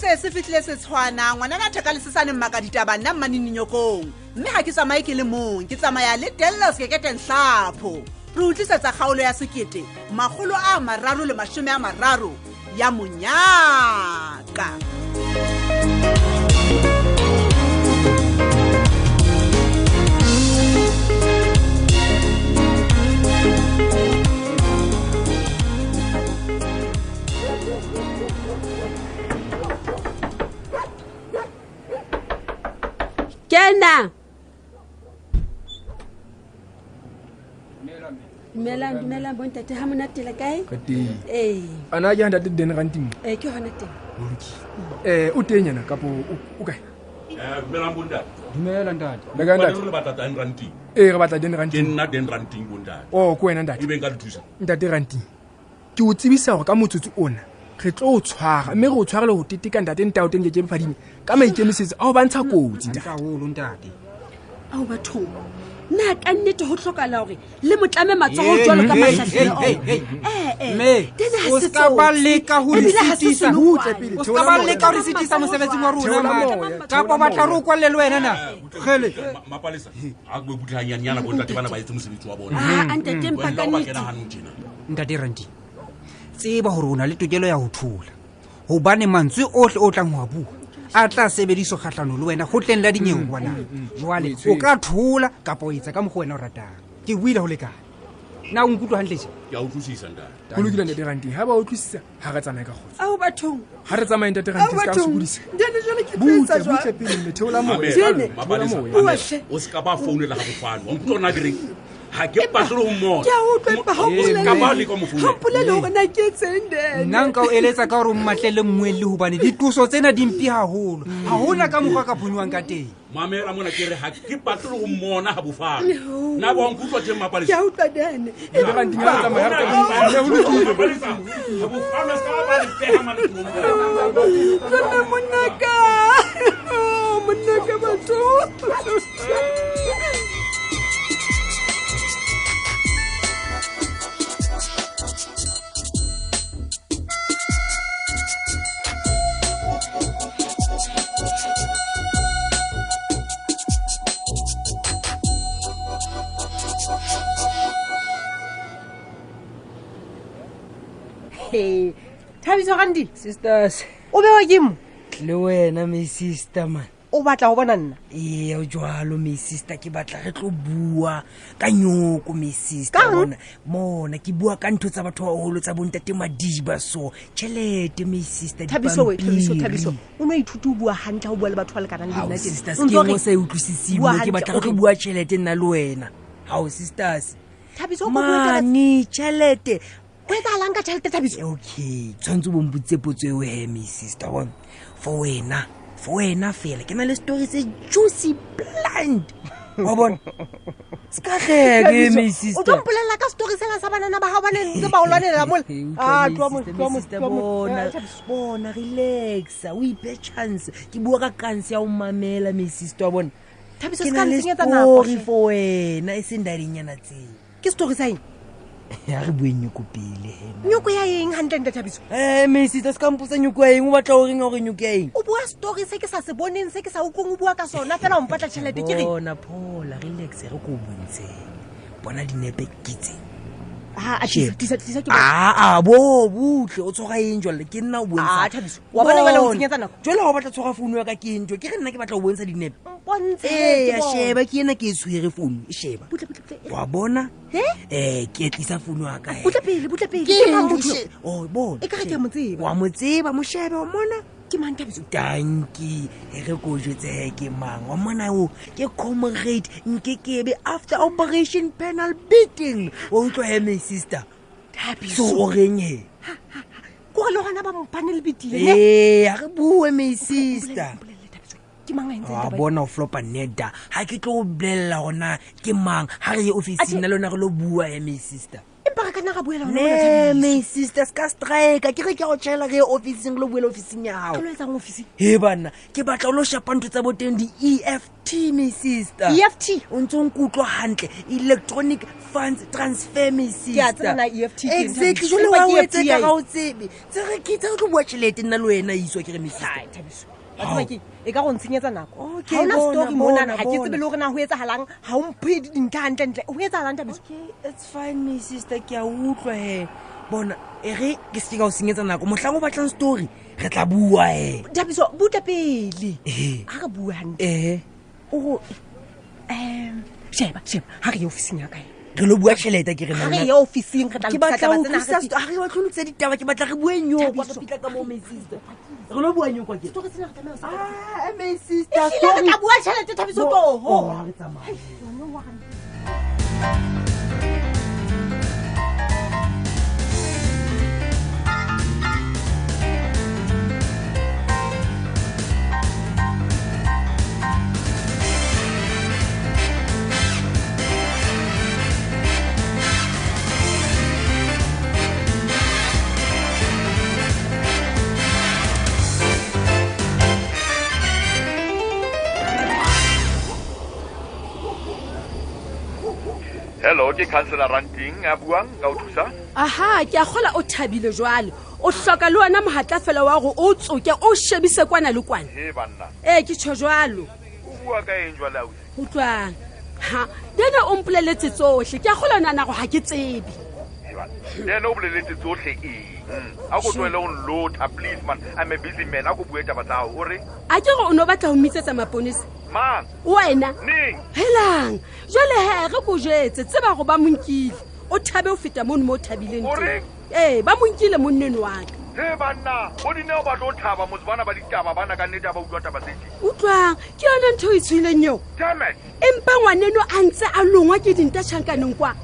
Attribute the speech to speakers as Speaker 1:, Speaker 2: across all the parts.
Speaker 1: tlile se tshwana ngwanana theka le sesane mmaka ditaba nna mmaninenyokong mme ga ke tsamaye ke le mong ke tsamaya le dellos keketentlhapho re utlwisetsa kgaolo ya sekete magolo a mararo le mashome a mararo ya monyaka
Speaker 2: kena
Speaker 3: ka
Speaker 2: dumelang dumelang bontate ga monate le kae
Speaker 3: teng
Speaker 2: ee
Speaker 3: ana ke ntate den rantimo
Speaker 2: ee ke gona teng
Speaker 3: um o teng yana kapo o- o kae
Speaker 4: dumelang bontate
Speaker 5: dumela ntate
Speaker 3: Lekae
Speaker 4: Baneng
Speaker 3: ntate
Speaker 4: re batla dan ranting
Speaker 3: ee re batla den
Speaker 4: ke
Speaker 3: rantimo
Speaker 4: nna dan ranting bontate
Speaker 3: o ke wena ntate
Speaker 4: e beng ka le thusa
Speaker 3: ntate rantimo ke o tsebisa gore ka motsotso ona re tlo o tshwara mme re o tshware le go teteka ntate ntao teng kekebe fadime ka maikemisetso a go bantsha kotsi ntate.
Speaker 5: haholo ntate
Speaker 2: ao bathong nna ka nnete go tlhokala gore le motlame matsogo
Speaker 5: Hey,
Speaker 2: jalo ka
Speaker 5: hey, hey,
Speaker 2: matlhatlhile
Speaker 5: hey, hey. Mme, o ska ba leka ho re sitisa. o ska ba leka ho re sitisa mosebetsing wa rona
Speaker 3: Theola
Speaker 5: mane.
Speaker 3: moya,
Speaker 5: kapa batla re o kwalle le wena na kgele
Speaker 4: Eh, Ma- mapalesa a kwe kutlhanyanyana bontate bana ba etse mosebetsi wa bona
Speaker 2: Ah, antatempa
Speaker 4: wena
Speaker 2: ka
Speaker 4: o ba
Speaker 2: nnete
Speaker 4: kena ganong tjena
Speaker 5: ntate ranti tseba hore o na le tokelo ya ho thola hobane mantswe ohle o tlang ho a bua a tla sebediso kgahlano le wena ho tleng la
Speaker 3: Mm,
Speaker 5: dinyeong wana jwale o ka thola kapa o etsa ka mokgwa wena o ratang ke buile ho lekane na o nkutlwa hantle tje
Speaker 4: ke a utlwisisa ntate
Speaker 3: go lokile ntate rantimo ga ba utlwisisa ga re tsamaya ka kgotsi
Speaker 2: ao bathong
Speaker 3: ga re tsamaye ntate
Speaker 2: ao
Speaker 3: rantimo se ka
Speaker 2: bathong
Speaker 3: sokodisa
Speaker 2: jane jale ke fetsa jwa
Speaker 3: butle butle pele mme theola moya
Speaker 2: Jene.
Speaker 4: Mamela, Mapalesa,
Speaker 3: Theola moya.
Speaker 4: Mamela,
Speaker 2: Bua hle.
Speaker 4: o seka ba founela ga bofane wa nkutlwa ona kereng ga ke patle le ho mmona.
Speaker 2: ke a utlwa empa ga o
Speaker 4: Mo-
Speaker 2: mpolele-
Speaker 4: ka ba leka ho mo
Speaker 2: ha o
Speaker 4: founela
Speaker 2: mpolele gore na ke etseng dene
Speaker 5: nna nka o eletsa ka gore o mmatlele mmoelele gobane ditoso tsena dimpi haholo ga gona ka mokgwa ka phoniwang ka teng
Speaker 4: mamela mona ke re ga ke patle le go mmona ga bofane na ba nkutlwa teng
Speaker 2: ke
Speaker 4: mapalesa
Speaker 2: a utlwa dene
Speaker 3: Ntate Rantimo, ha re tsamaya, ha re tsamaya. ah,
Speaker 2: ah, tlome monnaka monnaka batho
Speaker 6: thabiso gandi
Speaker 7: sisters
Speaker 6: o bewa ke mo
Speaker 7: le wena me sister man
Speaker 6: o batla go bona nna
Speaker 7: ee jalo me sister ke batla re tlo bua ka nyoko me sister
Speaker 6: Kang?
Speaker 7: bona mona ke bua ka ntho tsa batho ba golo tsa bontate madiba so tšhelete me sister
Speaker 6: thabiso we thabiso
Speaker 7: dipampiri.
Speaker 6: thabiso o ne ithuti o bua gantle go bua le batho ba lekanang le
Speaker 7: Hao,
Speaker 6: nna tjena.
Speaker 7: sisters
Speaker 6: O ntso
Speaker 7: ke eng o
Speaker 6: re-
Speaker 7: sa e utlwisising
Speaker 6: Bua
Speaker 7: mo ke
Speaker 6: hantle,
Speaker 7: batla re tlo
Speaker 6: o re-
Speaker 7: bua tšhelete nna le wena gao sisters
Speaker 6: thabiso o ko bua taba-
Speaker 7: mane tšhelete
Speaker 6: o etsagalang ka tšhelete thabiso
Speaker 7: okay tshwanetse o bompotse potso eo he me sister one for wena for wena fela ke na le story se juicy blind wa bona se ka tlheke
Speaker 6: Thabiso,
Speaker 7: me
Speaker 6: o tlo
Speaker 7: sister
Speaker 6: mpolelela ka story sela sa banana ba gao bane ntse ba olwanela mola
Speaker 7: Hey, utlwa
Speaker 6: Ah,
Speaker 7: me
Speaker 6: tloha mo-
Speaker 7: sister,
Speaker 6: tloha
Speaker 7: me
Speaker 6: mo-
Speaker 7: sister,
Speaker 6: tloha mo-
Speaker 7: bona,
Speaker 6: Ah, Thabiso.
Speaker 7: bona relaxa o iphe chance ke bua ka kanse ya o mamela me sister wa bona
Speaker 6: thabiso
Speaker 7: ke
Speaker 6: se
Speaker 7: na
Speaker 6: ka
Speaker 7: le
Speaker 6: nsenyetsa nako
Speaker 7: story
Speaker 6: hle.
Speaker 7: for wena e seng darenyana tseo
Speaker 6: ke story sa eng
Speaker 7: ya Eh, re bueng nyoko pele hena
Speaker 6: nyoko ya eng gantlentle thabiso
Speaker 7: um me sister se kampotsa nyoko ya eng o batla o reng a gore nyoko ya eng
Speaker 6: o bua story se ke sa se boneng se ke sa utlwong o bua ka sona fela o mpatla tšhelete ke reng
Speaker 7: bona phola relax re ko bontsheng bona dinepe kitse
Speaker 6: Ah, ah,
Speaker 7: Sheba.
Speaker 6: tlisa- tlisa ke bona.
Speaker 7: aa bo butle o tshwara eng jwale ke nna o
Speaker 6: Ah, Thabiso, wa bona jwale o ntshenyetsa nako.
Speaker 7: jwale ga o batla tshwara founu ya ka ke eng jwa ke re nna ke batla o bontsha dinepe
Speaker 6: Mpontshe, ke
Speaker 7: ee a
Speaker 6: bona.
Speaker 7: sheba ke ena ke e tshwere founu e sheba
Speaker 6: Butle, butle, butle.
Speaker 7: wa bona
Speaker 6: He?
Speaker 7: um ke etlisa founu ya ka
Speaker 6: butle pele butle pele
Speaker 7: Ke
Speaker 6: ke mang
Speaker 7: eng
Speaker 6: motho
Speaker 7: ke
Speaker 6: eo?
Speaker 7: o, bona,
Speaker 6: E ka re ke a
Speaker 7: sheba.
Speaker 6: mo tseba.
Speaker 7: wa mo tseba mo shebe wa mona
Speaker 6: ke mang thabiso
Speaker 7: tanki e re ko jetsege ke mang wa mona o ke comrade nke kebe after operation penal beating wa utlwa he my sister so o reng he
Speaker 6: kore le gona ba mophane le betile
Speaker 7: ee ga re bue my sister
Speaker 6: ke mang a entseng
Speaker 7: wa
Speaker 6: taba e?
Speaker 7: bona o flopa neda ga ke tlo o bolelela gona ke mang ga re ye officing na le yona re lo bua he my sister
Speaker 2: E
Speaker 6: empa re kana ra buela gona mona
Speaker 7: ne
Speaker 6: Thabiso.
Speaker 7: my sister se ka strike ke re ke a go tšhaela re ye officing lo buele officing ya
Speaker 6: Ka
Speaker 7: gago
Speaker 6: lo etsang office
Speaker 7: he banna ke batla o lo shapa ntho tsa boteng di-eft me
Speaker 1: E
Speaker 7: sister
Speaker 6: EFT?
Speaker 7: o ntse o nkutlwa hantle electronic funds transfer me
Speaker 6: a tseba na EFT ke eng,
Speaker 7: exactly
Speaker 6: Thabiso.
Speaker 7: jole
Speaker 6: Empa
Speaker 7: wa
Speaker 6: ke
Speaker 7: o etse
Speaker 6: EFT
Speaker 7: ka
Speaker 6: ya
Speaker 7: ga o tsebe tse re ke tlo bua tšhelete nna le wena iswa ke re me sister
Speaker 6: Ai, Thabiso. wa tseba keng? e ka go ntshenyetsa nako
Speaker 7: Okay,
Speaker 6: ga ona
Speaker 7: bona,
Speaker 6: story monana
Speaker 7: bona,
Speaker 6: ga ke tsebe
Speaker 7: bona.
Speaker 6: le gore na go etsagalang ga omphe dintlha gantlentle go etsagalang tabiso
Speaker 7: okay it's fine my sister ke a utlwa he bona e re ke seke ka o senyetsa nako motlhang o batlang story re tla bua he
Speaker 6: tabiso buta pele
Speaker 7: Ehe.
Speaker 6: ga re bua gantle
Speaker 7: ehe
Speaker 6: o um sheba sheba ga re ye officing ya kae
Speaker 7: re lo bua tšhelete ke re
Speaker 6: ga
Speaker 7: nana.
Speaker 6: re ye officing re tla
Speaker 7: ke
Speaker 6: lokisa
Speaker 7: batla
Speaker 6: taba
Speaker 7: ho
Speaker 6: tsena, ha re
Speaker 7: utlwisisa sto- ha re batlho lokisa ditaba ke batla re bue nyokwa re pitla ka moo my sister re lo bua nyokwa ke
Speaker 6: Story tsena re tlameha ho se-
Speaker 7: Ah, my
Speaker 6: ehlile re
Speaker 7: sister
Speaker 6: tla bua tšhelete tabiso toho
Speaker 8: hello ke councellor ranting a buang ka o thusa
Speaker 2: aha ke a kgola o thabile jwale o hloka le ona mohatla fela wa gore o tsoke o shebise kwana le kwana
Speaker 8: he banna
Speaker 2: ee ke tsho jwalo
Speaker 8: o bua ka eng jwale ausi
Speaker 2: utlwang ha dene o mpoleletse tsohle ke a kgola nana go ga ke tsebe
Speaker 8: He banna. yena o boleletse tsohle eng Hmm. a ko tlohele go nlotha please man i'm a busy man a ko bue taba tsa gago o re
Speaker 2: a ke gore o ne o batla go mmitsetsa maponisa
Speaker 8: mang
Speaker 2: wena
Speaker 8: neng
Speaker 2: helang jale he re ko jetse tseba go ba monkile o thabe o feta mono mo o thabileng
Speaker 8: O
Speaker 2: teng.
Speaker 8: reng?
Speaker 2: ee ba monkile monneno wa ka
Speaker 8: he banna bo dineo ba tlo thaba motse bana ba ditaba bana ka nnete a ba utlwa taba tsete
Speaker 2: utlwang ke yone ntho e tshwileng eo
Speaker 8: damet
Speaker 2: empa ngwaneno a ntse a longwa ke dinta tšhankaneng kwa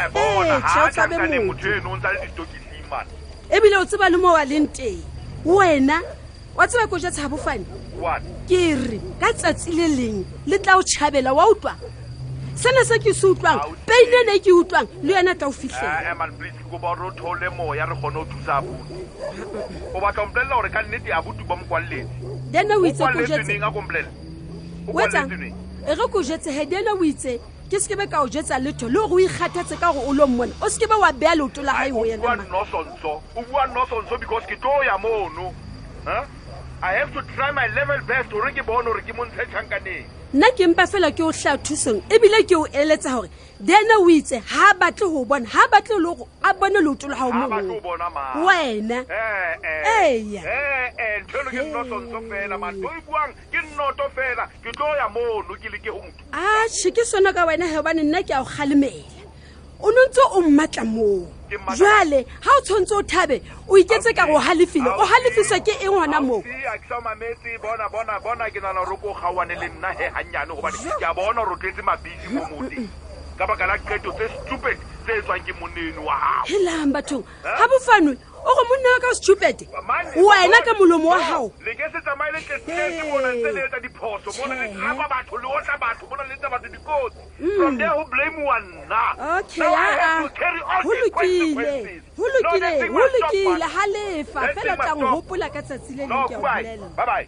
Speaker 8: e
Speaker 2: Eh, tjhe,
Speaker 8: bona
Speaker 2: o
Speaker 8: ha a
Speaker 2: tlabe
Speaker 8: tankane
Speaker 2: motho.
Speaker 8: motho eno o ntsa le ditokising man
Speaker 2: ebile o tseba le mo wa leng teng wena wa tseba ko jetsa gabofane
Speaker 8: what
Speaker 2: ke re ka tsatsi le leng le tla o tšhabela wa utlwa sena se ke se utlwang
Speaker 8: Ausi.
Speaker 2: peinene e ke utlwang le yona tla o fitlhela
Speaker 8: Eh, man please ke kopa gore o theole moya re kgone go thusa abuti o batla ompolelela gore ka nnete abuti ba mo kwalletse
Speaker 2: dene o
Speaker 8: o
Speaker 2: itse ko
Speaker 8: kwalletswe
Speaker 2: jetse
Speaker 8: neng a kompolelela o
Speaker 2: wetsang
Speaker 8: kwalletswe neng
Speaker 2: e re ko jetse he dene o itse ke se kebe ka o jetsa letho le gore o ikgathetse ka gore o lo mmone o se kebe wa beya leoto la
Speaker 8: Ai,
Speaker 2: gae ho
Speaker 8: o
Speaker 2: yena
Speaker 8: bua
Speaker 2: mang.
Speaker 8: nosonso o bua nosonso because ke tlo ya mono Huh? i have to try my level best gore ke bone gore ke montshe tšhankaneng
Speaker 2: nna ke mpa fela ke o tlhaa thusong ebile ke o eletsa gore dene o itse ga a batle go bona ga a batle le gore a bone leoto la gago
Speaker 8: ga batlo
Speaker 2: mo
Speaker 8: o bona ma Eh?
Speaker 2: wena Eya.
Speaker 8: ee ntho eno Eh, ke nosonso fela man o e buang ke nnoto fela ke tlo ya mono ke leke go motho
Speaker 2: atšhe ke sona ka wena hebane nna ke a go galemela o ne ntse o mmatla moo
Speaker 8: Ke mmatla.
Speaker 2: jwale ga o tshwanetse o thabe o iketse ka go halefile o halefiswa ke eng gona moo
Speaker 8: mametse bona bona bona ke nana gore ko gaoane le nna he gannyane gobane ke a bona gore o tletse mabisi mo moteng ka baka la qeto tse stupid tse e tswang ke moneno wa gago
Speaker 2: helang bathong ga bofanwe o go monna wa ka o setupete
Speaker 8: Eh? Mane,
Speaker 2: wena
Speaker 8: mane.
Speaker 2: ka molomo wa gago
Speaker 8: le ke se tsamaye le tletse mona ntse le etsa diphoso mona le tlhapa batho le otla batho mona le etsa batho dikotsi from there ho blamewa nna
Speaker 2: Mm. okay
Speaker 8: Now I have
Speaker 2: aa
Speaker 8: to carry all
Speaker 2: go
Speaker 8: the
Speaker 2: lokile
Speaker 8: consequences.
Speaker 2: go
Speaker 8: No,
Speaker 2: lokile
Speaker 8: this thing
Speaker 2: go
Speaker 8: must stop,
Speaker 2: lokile
Speaker 8: man.
Speaker 2: ga lefa fela
Speaker 8: This thing must
Speaker 2: tlang
Speaker 8: stop.
Speaker 2: gopola ka tsatsi le
Speaker 8: no
Speaker 2: leng ke a o
Speaker 8: goodbye
Speaker 2: bolela
Speaker 8: bye bye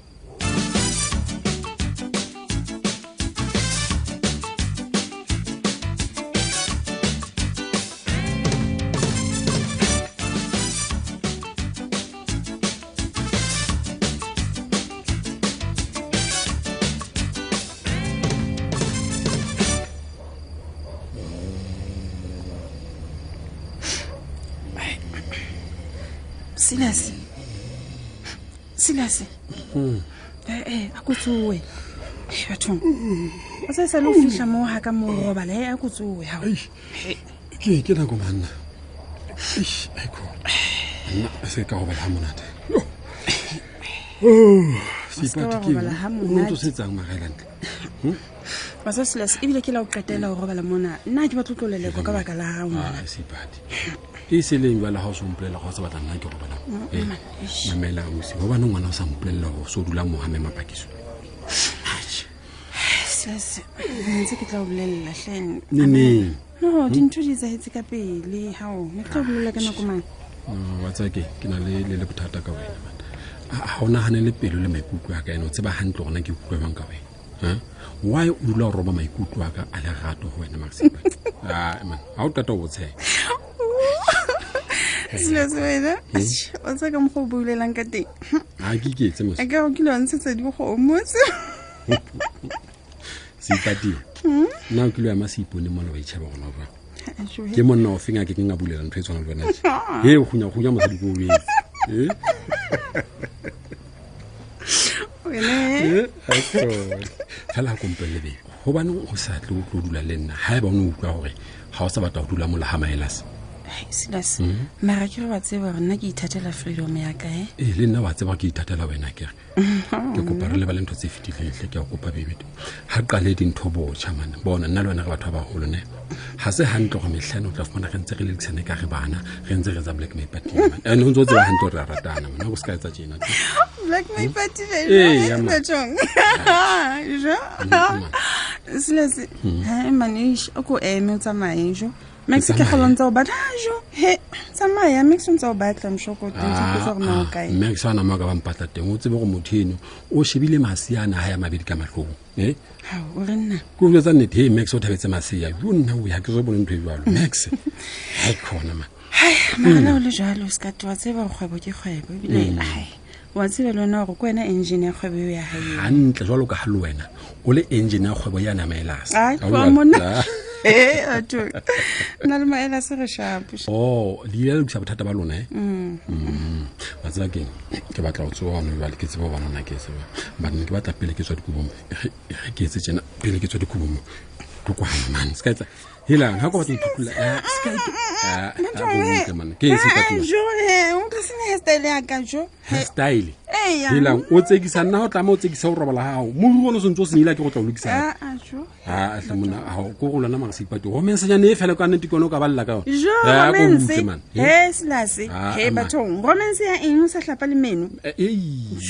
Speaker 9: silas silas ee a ko tsoe Hei, bathong
Speaker 7: Hmm.
Speaker 9: o sa sale o fitlha moo ga ka moo robala e a ko tsoe gao
Speaker 10: ke ke nako manna Eish, aiko. nna a se ka gobala ga monate
Speaker 4: Oh.
Speaker 9: wa robala ha monate.
Speaker 10: ntse setsang magaelantle
Speaker 9: wa sa silas ebile ke la o qetela go robala mona nna ha ke batlo tloleleko ka baka la gago
Speaker 4: Ah,
Speaker 10: sepadi e se leng jala ga o se mpolelela ga o sa batla nna ke gobalang
Speaker 4: Eh,
Speaker 10: mamela ausi gobane ngwana o sa mpolelela go se o dula mogame mapakiso
Speaker 9: silas Eh, ntse ke tla o bolelela tlhen
Speaker 10: neneng
Speaker 9: no dintho di etsagetse ka pele gao ne ke tla o bolelela ka nako mane
Speaker 10: watsake Mm, ke na le le le bothata ka wena man. Ha- ha o nagane le pelo le maikutlo a ka ena o tseba gantle gona ke ikutlwa bang ka wena Ha? why o dula o roba maikutlo a ka a lerato go wena masepa ga o qeta o botsheng
Speaker 9: silas wena wa tsaka mokgwa o boulelang ka teng
Speaker 10: a ke iketse mos
Speaker 9: a ke go kile wa ntshetsa dikgomotse
Speaker 10: seipatile nna o kile ya ma seipone mona ba itšhaba gona jang ke monna o feng a ke ke nga bulela ntho e tshwana le wena tje. he gonyagonya mosadi ko oetse
Speaker 9: eh?
Speaker 10: fela a kompelele beng gobane go sa tle o tlo dula le nna ga e ba o ne utlwa gore ga o sa batla go dula mola ga maelase
Speaker 9: silas
Speaker 10: Mhm.
Speaker 9: mara ke re wa tseba gore nna ke ithatela freedom ya eh? kae
Speaker 10: ee le nna wa tseba ke ithatela wena kere ke kopa re leba le ntho tse fetilengtle ke a kopa bebete ga qale dintho botšha mane bona nna le wena re batho ba bagolo ne ga se gantle go metlhane o tla fumana re ntse re lelekisane ka re bana re ntse re tsa black mapatima and Eh, o ntse o tseba gantle re a ratana mona go se ka etsa tjena
Speaker 9: black my
Speaker 10: Eh, Hmm? ya ma. Hmm,
Speaker 9: patileatong jo silas
Speaker 10: Mhm.
Speaker 9: ha manesh o ko eme o tsamaye jo max
Speaker 10: Ke
Speaker 9: ke
Speaker 10: tsamaye.
Speaker 9: golo ntse o batla Ah, jo he tsamaya max o ntse o batla mšokotentsa gore
Speaker 10: Ah,
Speaker 9: na o kae
Speaker 10: mme sa nama ka bampatla teng o tsebe gore motho eno o shebile maseana ga ya mabedi ka matlhong e
Speaker 9: Hao, o re nna
Speaker 10: ke utlwetsa nnete he max o thabetse masea yo nna o ya ke re bone ntho e jalo max ga e kgona man
Speaker 9: hai
Speaker 10: Hmm.
Speaker 9: magala o le jalo sekate wa tseba gore kgwebo ke kgwebo ebile
Speaker 10: Mm.
Speaker 9: hai wa tseba le wena gore ke wena engine ya kgwebo eo ya gae
Speaker 10: gantle jalo ka ga le wena o le engine ya kgwebo ya namaelase
Speaker 9: Ai, tloha mona. ee batho nna le maele a se re shapo
Speaker 10: o leile Oh, la lokisa bothata ba lona e
Speaker 9: Mm.
Speaker 10: Mm. wa tseba keng ke batla go tsoa gone jale ke tseba banona ke e tseba banne ke batla pele ke tswa dikobong ge ge ke etse tjena pele ke tswa dikobong ke kwana mane se ka etsa helan ga ko batla eh,
Speaker 9: Eh,
Speaker 10: Ah, ithutolaman eh, ke
Speaker 9: Ah, jo eh, o ka senya hairstyle yaka jo
Speaker 10: hairstyle
Speaker 9: Eya.
Speaker 10: helan o tsekisa nna o tlama o tsekisa o robala gago moriri one o sentse o senyela ke go tla o lokisa
Speaker 9: Ah, ah, jo
Speaker 10: atlhamona ko go lona magasipati go mensenyane e fela ka nnete ke one o ka balela ka
Speaker 9: jo
Speaker 10: Ah, ko
Speaker 9: romance
Speaker 10: butse, man.
Speaker 9: he selase
Speaker 10: Ah,
Speaker 9: he
Speaker 10: ama.
Speaker 9: bathong romance ya eng o sa tlapa le meno
Speaker 10: Eh,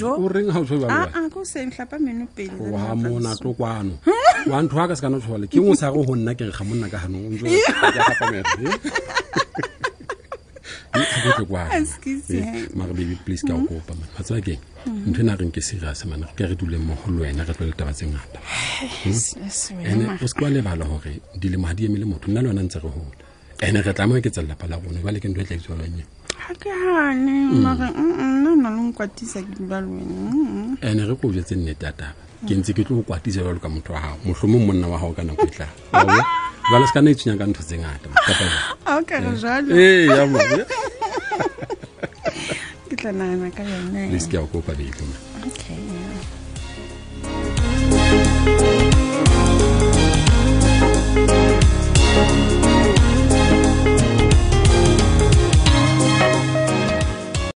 Speaker 10: o reng ga o tshwaa
Speaker 9: aa ko seng tlapa meno pele
Speaker 10: wa mona tlo kwano
Speaker 9: Hmm?
Speaker 10: wa ntho wa ka se kana tshole ke ngwe sa go go nna ke re ga monna ka ganong o ntse o- ke a gapamela, eh? Eh, ke tle kwano, man.
Speaker 9: Excuse
Speaker 10: Eh,
Speaker 9: me. Hmm?
Speaker 10: mara baby please ke a o kopa man wa tseba keng ntho e na reng ke serius man ke re dule mmogo le wena re tlo le taba tse ngata ande o seke wa lebala gore dilemo ga di emele motho nna le wena ntse re gola ande re tlamoe ke tselelapa la rona bale ke ntho e tla itswalaneng
Speaker 9: ga ke gane
Speaker 10: Mm.
Speaker 9: mare nna o na le nkwatisa ke dula le wena Mm, mm.
Speaker 10: ande re ko jetse nnete ya taba ke ntse ke tlo go kwatisa jalo ka motho wa gago motlhomong monna wa gago ka nako e tlang Wa bona? jwale se ka nna itshwenyang ka ntho tse ngata man. Kapa jwang?
Speaker 9: a o ka Ah, re jalo
Speaker 10: Ee, ya man, eh.
Speaker 9: ke tla nagana ka yone
Speaker 10: please ke a o kopa baby man.
Speaker 9: okay